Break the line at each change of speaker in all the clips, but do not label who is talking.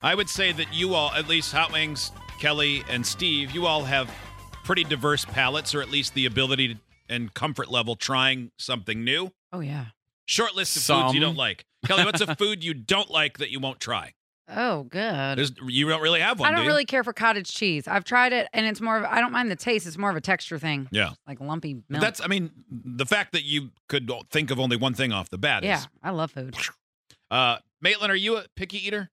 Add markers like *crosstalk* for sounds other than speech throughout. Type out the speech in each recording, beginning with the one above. I would say that you all, at least Hot Wings, Kelly, and Steve, you all have pretty diverse palates, or at least the ability to, and comfort level trying something new.
Oh yeah.
Short list of foods you
Some.
don't like. Kelly, what's a food you don't like that you won't try?
Oh good.
There's, you don't really have one.
I
do
don't
you?
really care for cottage cheese. I've tried it, and it's more of I don't mind the taste. It's more of a texture thing,
Yeah.
like lumpy
But
milk.
That's, I mean, the fact that you could think of only one thing off the bat
yeah.
is.
I love food.
Uh, Maitland, are you a picky eater?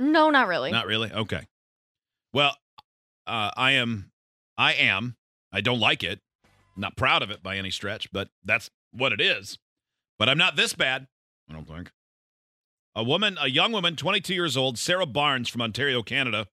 No, not really.
Not really. Okay. Well, uh, I am. I am. I don't like it. not proud of it by any stretch, but that's what it is. But I'm not this bad. I don't think. A woman, a young woman, 22 years old, Sarah Barnes from Ontario, Canada,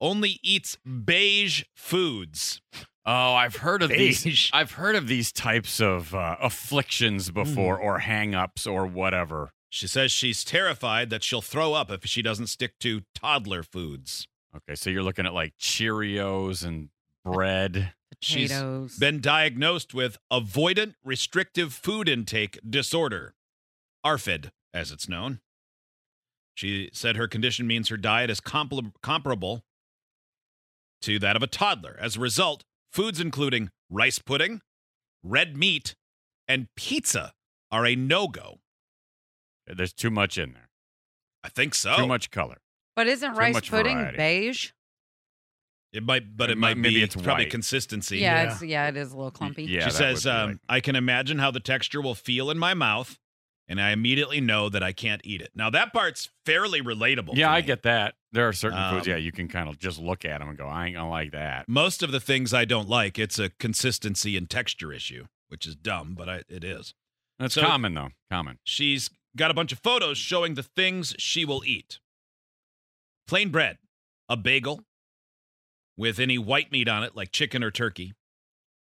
only eats beige foods.
Oh, I've heard of
Beige.
these. *laughs* I've heard of these types of uh, afflictions
Hmm.
before, or hang-ups, or whatever.
She says she's terrified that she'll throw up if she doesn't stick to toddler foods.
Okay, so you're looking at like Cheerios and bread.
She's
Potatoes.
been diagnosed with avoidant restrictive food intake disorder, ARFID, as it's known. She said her condition means her diet is compl- comparable to that of a toddler. As a result, foods including rice pudding, red meat, and pizza are a no go.
There's too much in there.
I think so.
Too much color.
but isn't
too
rice
much
pudding
variety.
beige?
It might, but it,
It
might,
might- maybe
be.
it's
probably
white.
consistency.
yeah, it's yeah, it is a little clumpy.
Yeah.
she
that
says,
would be
um,
like-
I can imagine how the texture will feel in my mouth, and I immediately know that I can't eat it. Now, that part's fairly relatable.
yeah,
to
I
me.
get that. There are certain foods.
Um,
Yeah, you can kind of just look at them and go, I ain't gonna like that.
Most of the things I don't like, it's a consistency and texture issue, which is dumb, but I, it is.
That's
So-
common though. Common.
She's got a bunch of photos showing the things she will eat plain bread, a bagel with any white meat on it, like chicken or turkey,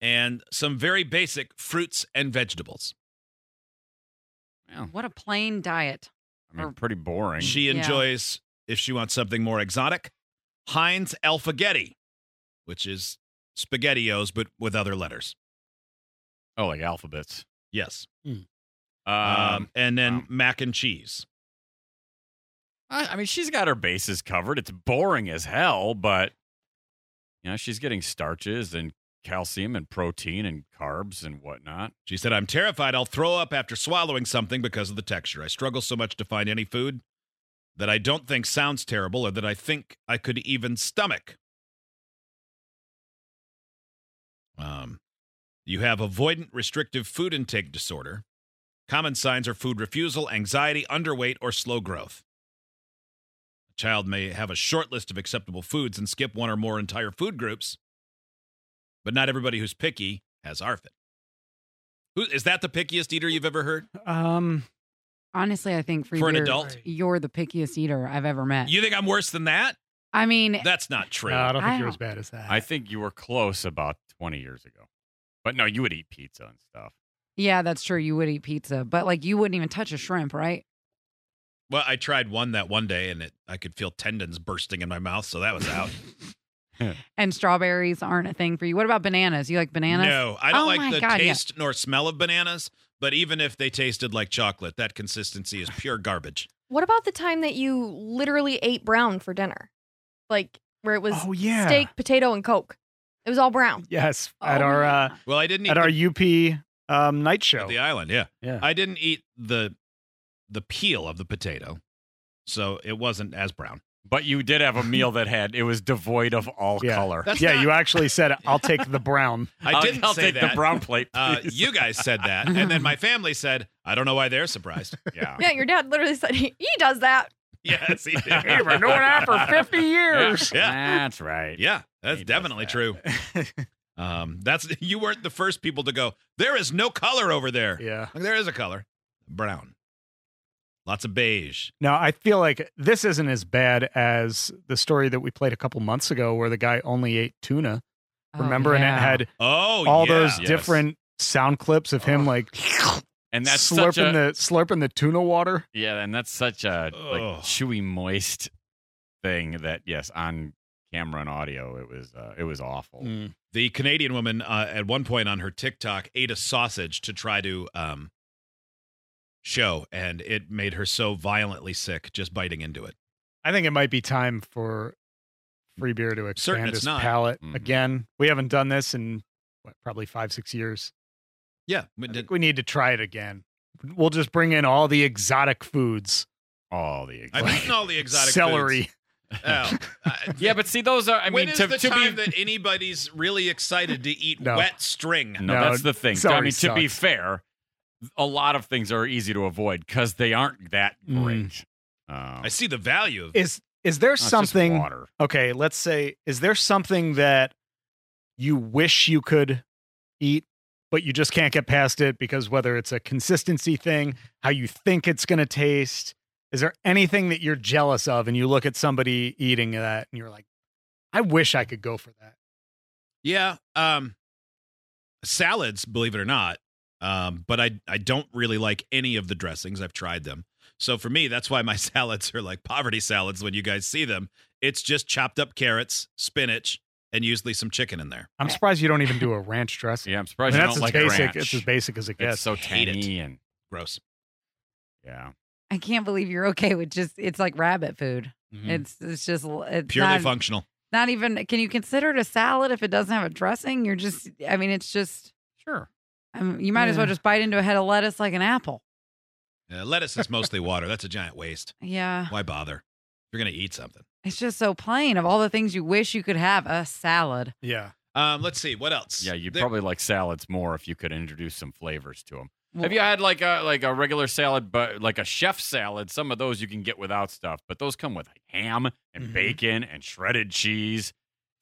and some very basic fruits and vegetables.
Well,
Oh, What a plain diet.
I
or-
mean, pretty boring.
She
Yeah.
enjoys, if she wants something more exotic, Heinz Alphagetti, which is SpaghettiOs but with other letters.
oh, like alphabets.
Yes.
Um,
Um, and then
wow.
mac and cheese.
I, I mean, she's got her bases covered. It's boring as hell, but you know, she's getting starches and calcium and protein and carbs and whatnot.
She said, I'm terrified I'll throw up after swallowing something because of the texture. I struggle so much to find any food that I don't think sounds terrible or that I think I could even stomach. Um, you have avoidant restrictive food intake disorder. Common signs are food refusal, anxiety, underweight, or slow growth. A child may have a short list of acceptable foods and skip one or more entire food groups, but not everybody who's picky has ARFID. Who is that the pickiest eater you've ever heard?
Um,
Honestly, I think for,
For an
you're-
adult?
you're the pickiest eater I've ever met.
You think I'm worse than that?
I mean,
That's not true.
No, I don't think
I
you're as
don't-
bad as that.
I think you were close about 20 years ago, but no, you would eat pizza and stuff.
yeah, that's true. You would eat pizza, but like you wouldn't even touch a shrimp, right?
well, I tried one that one day and it I could feel tendons bursting in my mouth, so that was out.
And strawberries aren't a thing for you. What about bananas? You like *laughs* bananas?
No, I don't
Oh
like
my
the
God, yeah.
taste nor smell of bananas, but even if they tasted like chocolate, that consistency is pure garbage.
What about the time that you literally ate brown for dinner? Like where it was
Oh, yeah.
steak, potato, and Coke. It was all brown.
Yes,
Oh
at our
my
uh,
God.
Well, I didn't eat
at our UP um, night
the,
show.
at the island, yeah.
Yeah.
I didn't eat the the peel of the potato. So it wasn't as brown.
But you did have a meal that had it was devoid of all
Yeah.
color.
That's
yeah,
not-
you actually said I'll take the brown.
I
I'll-
didn't
I'll
say
take
that.
the brown plate.
uh,
please.
you guys said that, and
*laughs*
then my family said, "I don't know why they're surprised."
*laughs* yeah.
Yeah, your dad literally said *laughs* he, he does that.
yes, he did.
We've been doing that for fifty years.
Yeah.
That's right.
Yeah, that's
He does
definitely
that.
*laughs*
true. Um, that's you weren't the first people to go. There is no color over there.
*laughs* Yeah.
Like, there is a color, brown. Lots of beige.
Now, I feel like this isn't as bad as the story that we played a couple months ago where the guy only ate tuna.
Oh,
Remember? And it
yeah.
had
Oh,
all
yeah.
those
Yes.
different sound clips of him
Oh.
Ugh.
like
And that's
slurping
such a
the slurping the tuna water.
yeah, and that's such a like
Ugh.
chewy moist thing that yes, on camera and audio it was uh, it was awful.
Mm. The Canadian woman uh, at one point on her TikTok ate a sausage to try to um, show, and it made her so violently sick just biting into it.
I think it might be time for free beer to
Certain
expand
it's
its
not. Mm-hmm.
palate
Mm.
again. We haven't done this in what, probably five, six years.
Yeah. we
I
did-
think we need to try it again. We'll just bring in all the exotic foods,
All the
*laughs*
I've eaten all the exotic
celery.
*laughs*
foods. Oh,
*laughs*
I-
yeah, but see those are I
when
mean
is
to,
the
to be
time that anybody's really excited to eat
No.
wet string?
No,
No,
that's the thing. So, I
celery
mean, to be
sucks.
fair, a lot of things are easy to avoid because they aren't that
Mm.
great. Um,
I see the value of
Is is
Oh,
there
it's just
something?
water.
Okay, let's say is there something that you wish you could eat, but you just can't get past it because whether it's a consistency thing, how you think it's going to taste, is there anything that you're jealous of, and you look at somebody eating that, and you're like, I wish I could go for that.
Yeah. Um salads, believe it or not. Um, but I I don't really like any of the dressings. I've tried them. So for me, that's why my *laughs* salads are like poverty salads when you guys see them. It's just chopped up carrots, spinach, and usually some chicken in there.
I'm surprised you don't even *laughs* do a ranch dressing.
Yeah, I'm
I
surprised
mean,
you
that's
don't like
as basic.
ranch.
It's as basic as it
It's
gets.
so
Hate it.
tangy and
Gross.
yeah.
I can't believe you're okay with just it's like rabbit food.
Mm-hmm.
Hmm.
It's it's just it's
Purely
not,
functional.
not even can you consider it a salad if it doesn't have a dressing? You're just I mean it's just
Sure.
I mean, you might as well
Yeah.
just bite into a head of lettuce like an apple.
Uh, lettuce is mostly water. That's a giant waste.
Yeah,
Why bother? You're gonna eat something.
it's just so plain. Of all the things you wish you could have, a salad.
yeah.
Um, let's see what else.
Yeah, you'd
There-
probably like salads more if you could introduce some flavors to them. Have you had like a like a regular salad, but like a chef salad? Some of those you can get without stuff, but those come with like ham and
Mhm.
bacon and shredded cheese.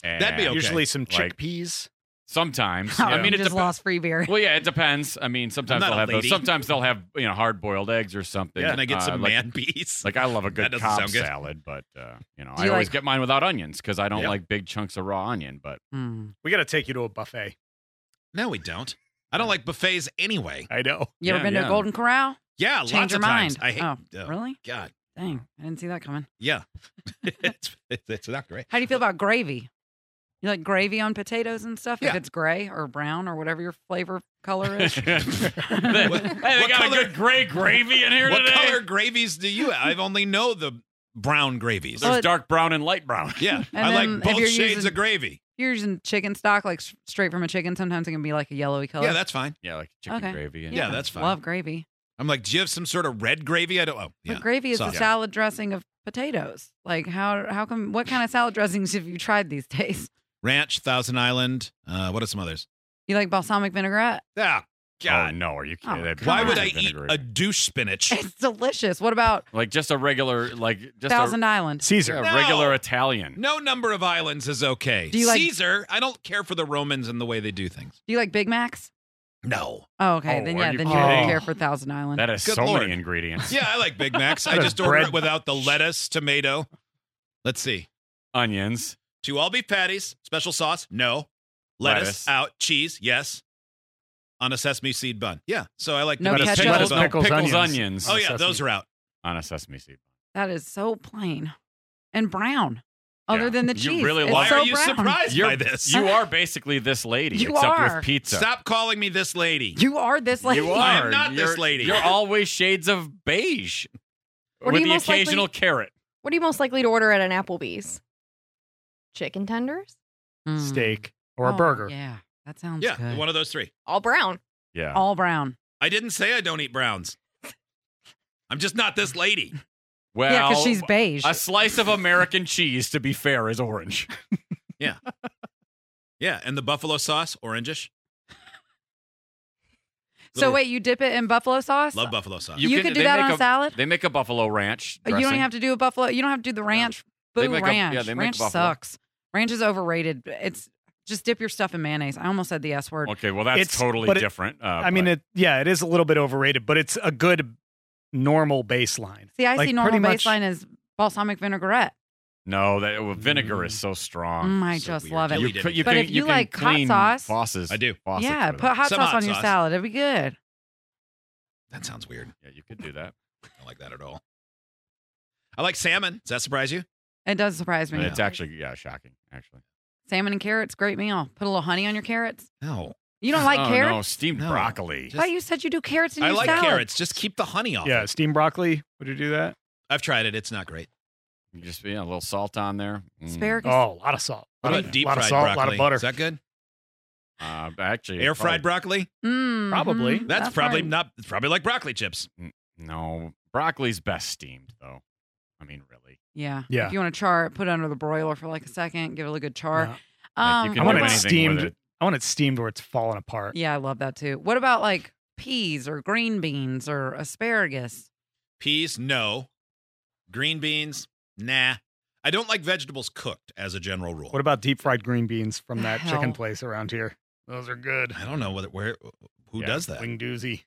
And
That'd be okay.
Usually some
Like-
chickpeas. *laughs*
*laughs*
Sometimes,
I
I mean, it
just
depends.
lost free beer.
Well, yeah, it depends. I mean, sometimes
not
they'll
a
have those.
lady.
Sometimes they'll have you know hard boiled eggs or something.
Can I get
Uh,
some
like,
man *laughs* peas?
Like I love a good
doesn't
cob
sound good.
salad, but uh, you know,
Do
I
you
always
like-
get mine without onions because I don't
Yep.
like big chunks of raw onion. But *laughs*
Hmm.
We got to take you to a buffet.
no, we don't. I don't like buffets anyway.
I know.
You ever
Yeah,
been to
yeah.
a Golden Corral?
Yeah,
Change
lots
your
of
mind.
times. I hate.
oh,
oh,
really?
God.
Dang, I didn't see that coming.
Yeah. *laughs* it's, it's not great.
How do you feel about gravy? You like gravy on potatoes and stuff?
Yeah.
If it's gray or brown or whatever your flavor color
hey,
is? *laughs*
*laughs* they
what
got
color-
a good gray gravy in here
What
today.
color gravies do you have? I've only know the brown gravies.
There's
Well, it-
dark brown and light brown. *laughs*
yeah,
Oh. *laughs* And
I
then
like
if
both
you're
shades
using-
of gravy.
You're using chicken stock, like s- straight from a chicken. Sometimes it can be like a yellowy color.
Yeah, that's fine.
Yeah, like chicken
Okay.
gravy. And
Yeah, that's fine.
Love gravy.
I'm like, do you have some sort of red gravy? I don't. Oh, yeah.
But gravy is
so-
the
Yeah.
salad dressing of potatoes. Like how how come what kind of salad dressings have you tried these days? *laughs*
Ranch, Thousand Island. Uh, what are some others?
You like balsamic vinaigrette? *laughs*
Ah,
God,
God.
no, are you
Oh,
kidding? That'd be
Why
come
would
on.
I eat
vinegary.
a douche spinach?
It's delicious. What about
like just a regular like just
Thousand
a,
Island?
Caesar.
yeah,
No.
regular Italian?
No number of islands is okay.
Do you like-
Caesar? I don't care for the Romans and the way they do things.
Do you like Big Macs?
No.
Oh, okay.
Oh,
then
are
yeah,
you
then you don't
kidding?
care for Thousand Island.
That is
Good
so
Lord.
many ingredients.
Yeah, I like Big Macs. I
What a
just order it
bread-
without the lettuce, tomato. Let's see.
Onions.
Two all beef patties, special sauce, no. Lettuce,
Lettuce.
out, cheese, yes. On a sesame seed bun. Yeah. So I like
No
lettuce,
ketchup.
pickles,
Lettuce,
bun.
no Pickles,
pickles, onions.
onions.
Oh yeah, those are out.
on a sesame seed.
that is so plain and brown. Other
Yeah.
than the
You
cheese,
really
it's
like-
Why
so
are you
brown.
surprised
You're-
by this?
You are basically this lady,
You
except
are.
with pizza.
Stop calling me this lady.
You are this lady.
You are.
I am not this
You're-
lady.
*laughs* You're always shades of beige
What are
with
you
the
most likely-
occasional carrot.
What are you most likely to order at an Applebee's? Chicken tenders?
Mm.
steak or a
Oh,
burger.
Yeah, that sounds
yeah,
good.
one of those three.
All brown.
Yeah.
All brown.
I didn't say I don't eat browns. I'm just not this lady.
Well,
yeah, because she's beige.
a slice of American cheese, to be fair, is orange.
Yeah, and the buffalo sauce, orangish.
so
Little-
wait, you dip it in buffalo sauce?
love buffalo sauce.
You,
You can-
could do
they
that
make
on a,
a-
salad.
*laughs* They make a buffalo ranch.
Oh, You don't
dressing.
even have to do a buffalo. You don't have to do the ranch.
They
Boo
make a-
ranch.
yeah, they make
ranch
buffalo.
sucks. Ranch is overrated. It's just dip your stuff in mayonnaise. I almost said the S word.
Okay, well that's
It's-
totally
but it-
different. Uh,
I mean, it yeah, it is a little bit overrated, but it's a good normal baseline.
See, I
Like,
see normal
pretty much-
baseline as balsamic vinaigrette.
No, that well, vinegar is Oh, so strong.
Mm, I
so
just
weird.
love it.
You-
could-
But
can-
if you
can
like hot
clean
sauce-
faucets,
I do.
faucets
yeah,
with
put
it.
hot
Some
sauce
hot
on your
sauce.
salad. It'd be good.
That sounds weird.
Yeah, you could
*laughs*
do that.
I don't like that at all. I like salmon. Does that surprise you?
It does surprise me.
And It's actually yeah, shocking actually.
salmon and carrots, great meal. Put a little honey on your carrots.
No.
You
*laughs*
don't like
oh, No,
carrots?
steamed
No.
broccoli.
Just-
But you said you do carrots in
I
your
like
salad.
carrots. Just keep the honey off.
Yeah,
it.
steamed broccoli. Would you do that?
I've tried it. It's not great.
You just yeah, a little salt on there. Mm.
Asparagus.
Oh, a lot of salt.
What
lot
about
of,
deep
lot
fried
of salt,
broccoli?
lot of butter.
Is that good?
Uh, actually,
Air fried broccoli?
Mhm.
Probably.
That's, probably
fine.
not. It's probably like broccoli chips.
No, broccoli's best steamed though. I mean, really.
Yeah.
Yeah.
If you want to char it, put it under the broiler for like a second, give it a good char.
Yeah.
Like, you
Um,
can
I
do
want it
anything
steamed.
with it.
I want it steamed where it's falling apart.
yeah, I love that too. What about like peas or green beans or asparagus?
Peas? No. Green beans? Nah. I don't like vegetables cooked as a general rule.
What about deep fried green beans from
The
that
hell?
chicken place around here? Those are good.
I don't know whether, where who
Yeah,
does that.
Wing doozy.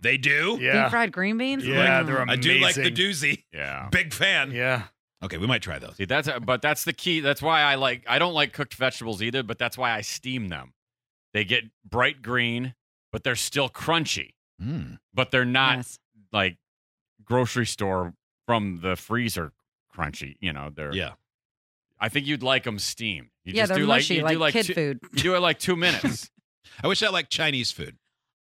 They do.
Deep
Yeah.
fried green beans?
Yeah,
Mm.
they're
I do like the
Amazing.
doozy. *laughs*
Yeah.
Big fan.
Yeah.
Okay, we might try those.
See, that's but that's the key. That's why I like I don't like cooked vegetables either, but that's why I steam them. They get bright green, but they're still crunchy.
Mm.
But they're not
Yes.
like grocery store from the freezer crunchy. You know, they're
Yeah.
I think you'd like them steamed. You
yeah,
just
they're
do
mushy,
like you
like,
do like
kid
two,
food.
you do it like
*laughs*
two minutes.
I wish I liked Chinese food.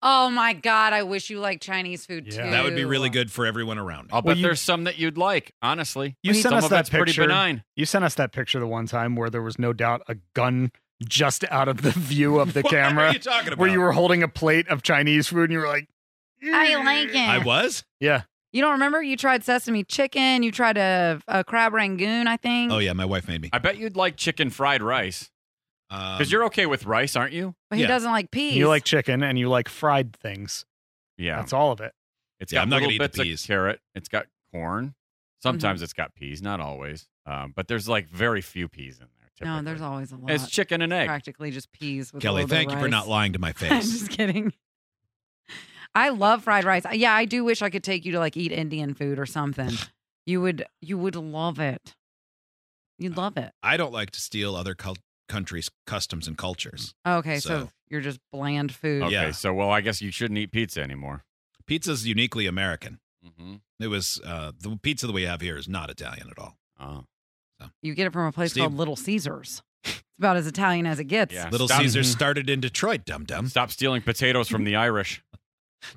Oh my God, I wish you liked Chinese food
Yeah.
too.
That would be really good for everyone around me.
I'll
Well,
bet
you-
there's some that you'd like. Honestly,
You
some
sent us
of
that
it's pretty
picture.
benign.
You sent us that picture the one time where there was no doubt a gun just out of the
*laughs*
view of the
What
camera,
are you talking about?
where you were holding a plate of Chinese food and you were like,
I like it.
I was.
Yeah.
You don't remember? You tried sesame chicken. You tried a, a crab rangoon, I think.
Oh yeah, my wife made me.
Mm. I bet you'd like chicken fried rice because
Um,
you're okay with rice, aren't you?
But he
yeah.
doesn't like peas.
You like chicken and you like fried things.
Yeah,
That's all of it.
It's
Yeah,
got
I'm not gonna
little
eat the
bits
peas.
of carrot. It's got corn.
Mm-hmm.
Sometimes it's got peas, not always. Um, but there's like very few peas in there. Typically.
No, there's always a lot.
It's chicken and egg.
practically just peas with a
Kelly,
little bit
thank
of
you for not
rice.
lying
*laughs*
to my
*laughs* I'm
face.
just kidding. I love fried rice. Yeah, I do wish I could take you to like eat Indian food
*laughs*
or something. You would you would love it.
Uh,
You'd love it.
I don't like to steal other cul- countries' customs and cultures.
Okay, so,
So-
you're just bland food.
Okay,
Yeah.
so well, I guess you shouldn't eat pizza anymore.
Pizza's uniquely American.
Mm-hmm.
It was uh, the pizza that we have here is not Italian at all.
Oh,
You get it from a place
Steve-
called Little Caesars. It's about as Italian as it gets.
yeah.
Little
stop,
Caesars
Mhm.
started in Detroit. Dum dum.
Stop stealing potatoes from the *laughs* Irish.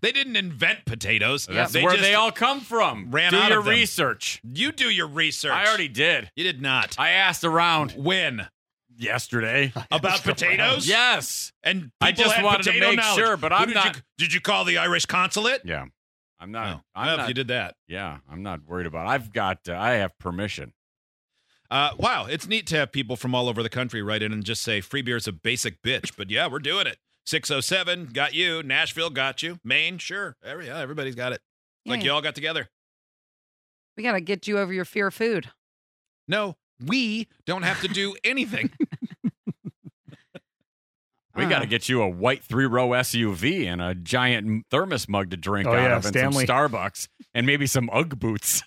They didn't invent potatoes.
Yeah.
That's
They
where
just-
they all come from.
ran
Do
out
your
of them.
research.
You do your research.
I already did.
You did not.
I asked around
When
yesterday.
about potatoes?
yes.
And people
I just
had
wanted to
potato
make
knowledge.
sure, but
Who
I'm
did
not.
You, did you call the Irish consulate?
yeah, I'm not.
No,
I'm
Oh. Well, if
not
you did that.
Yeah, I'm not worried about. It. I've got. Uh, I have permission.
Uh, wow, it's neat to have people from all over the country write in and just say free beer's a basic bitch, but yeah, we're doing it. 607 got you, Nashville got you, Maine, sure. Every, yeah, everybody's got it.
Yeah,
Like
yeah.
you all got together.
We gotta get you over your fear of food.
No, we don't have to do anything.
We
Uh.
got to get you a white three row SUV and a giant thermos mug to drink
Oh,
out
yeah,
of, and
Stanley.
some Starbucks, and maybe some UGG boots.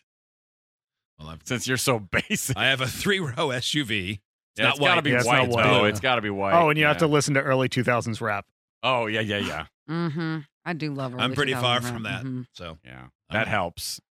*laughs*
well, I've,
Since you're so basic,
I have a three row SUV. It's
Yeah,
not
it's got to
white.
be
Yeah, it's
white.
not white.
though.
Yeah.
It's got to be white.
Oh, and you have
yeah.
to listen to early 2000s rap.
Oh yeah, yeah, yeah,
Mm-hmm. I do love her. Mm-hmm.
I'm pretty far from that. So
yeah.
I'm-
That helps.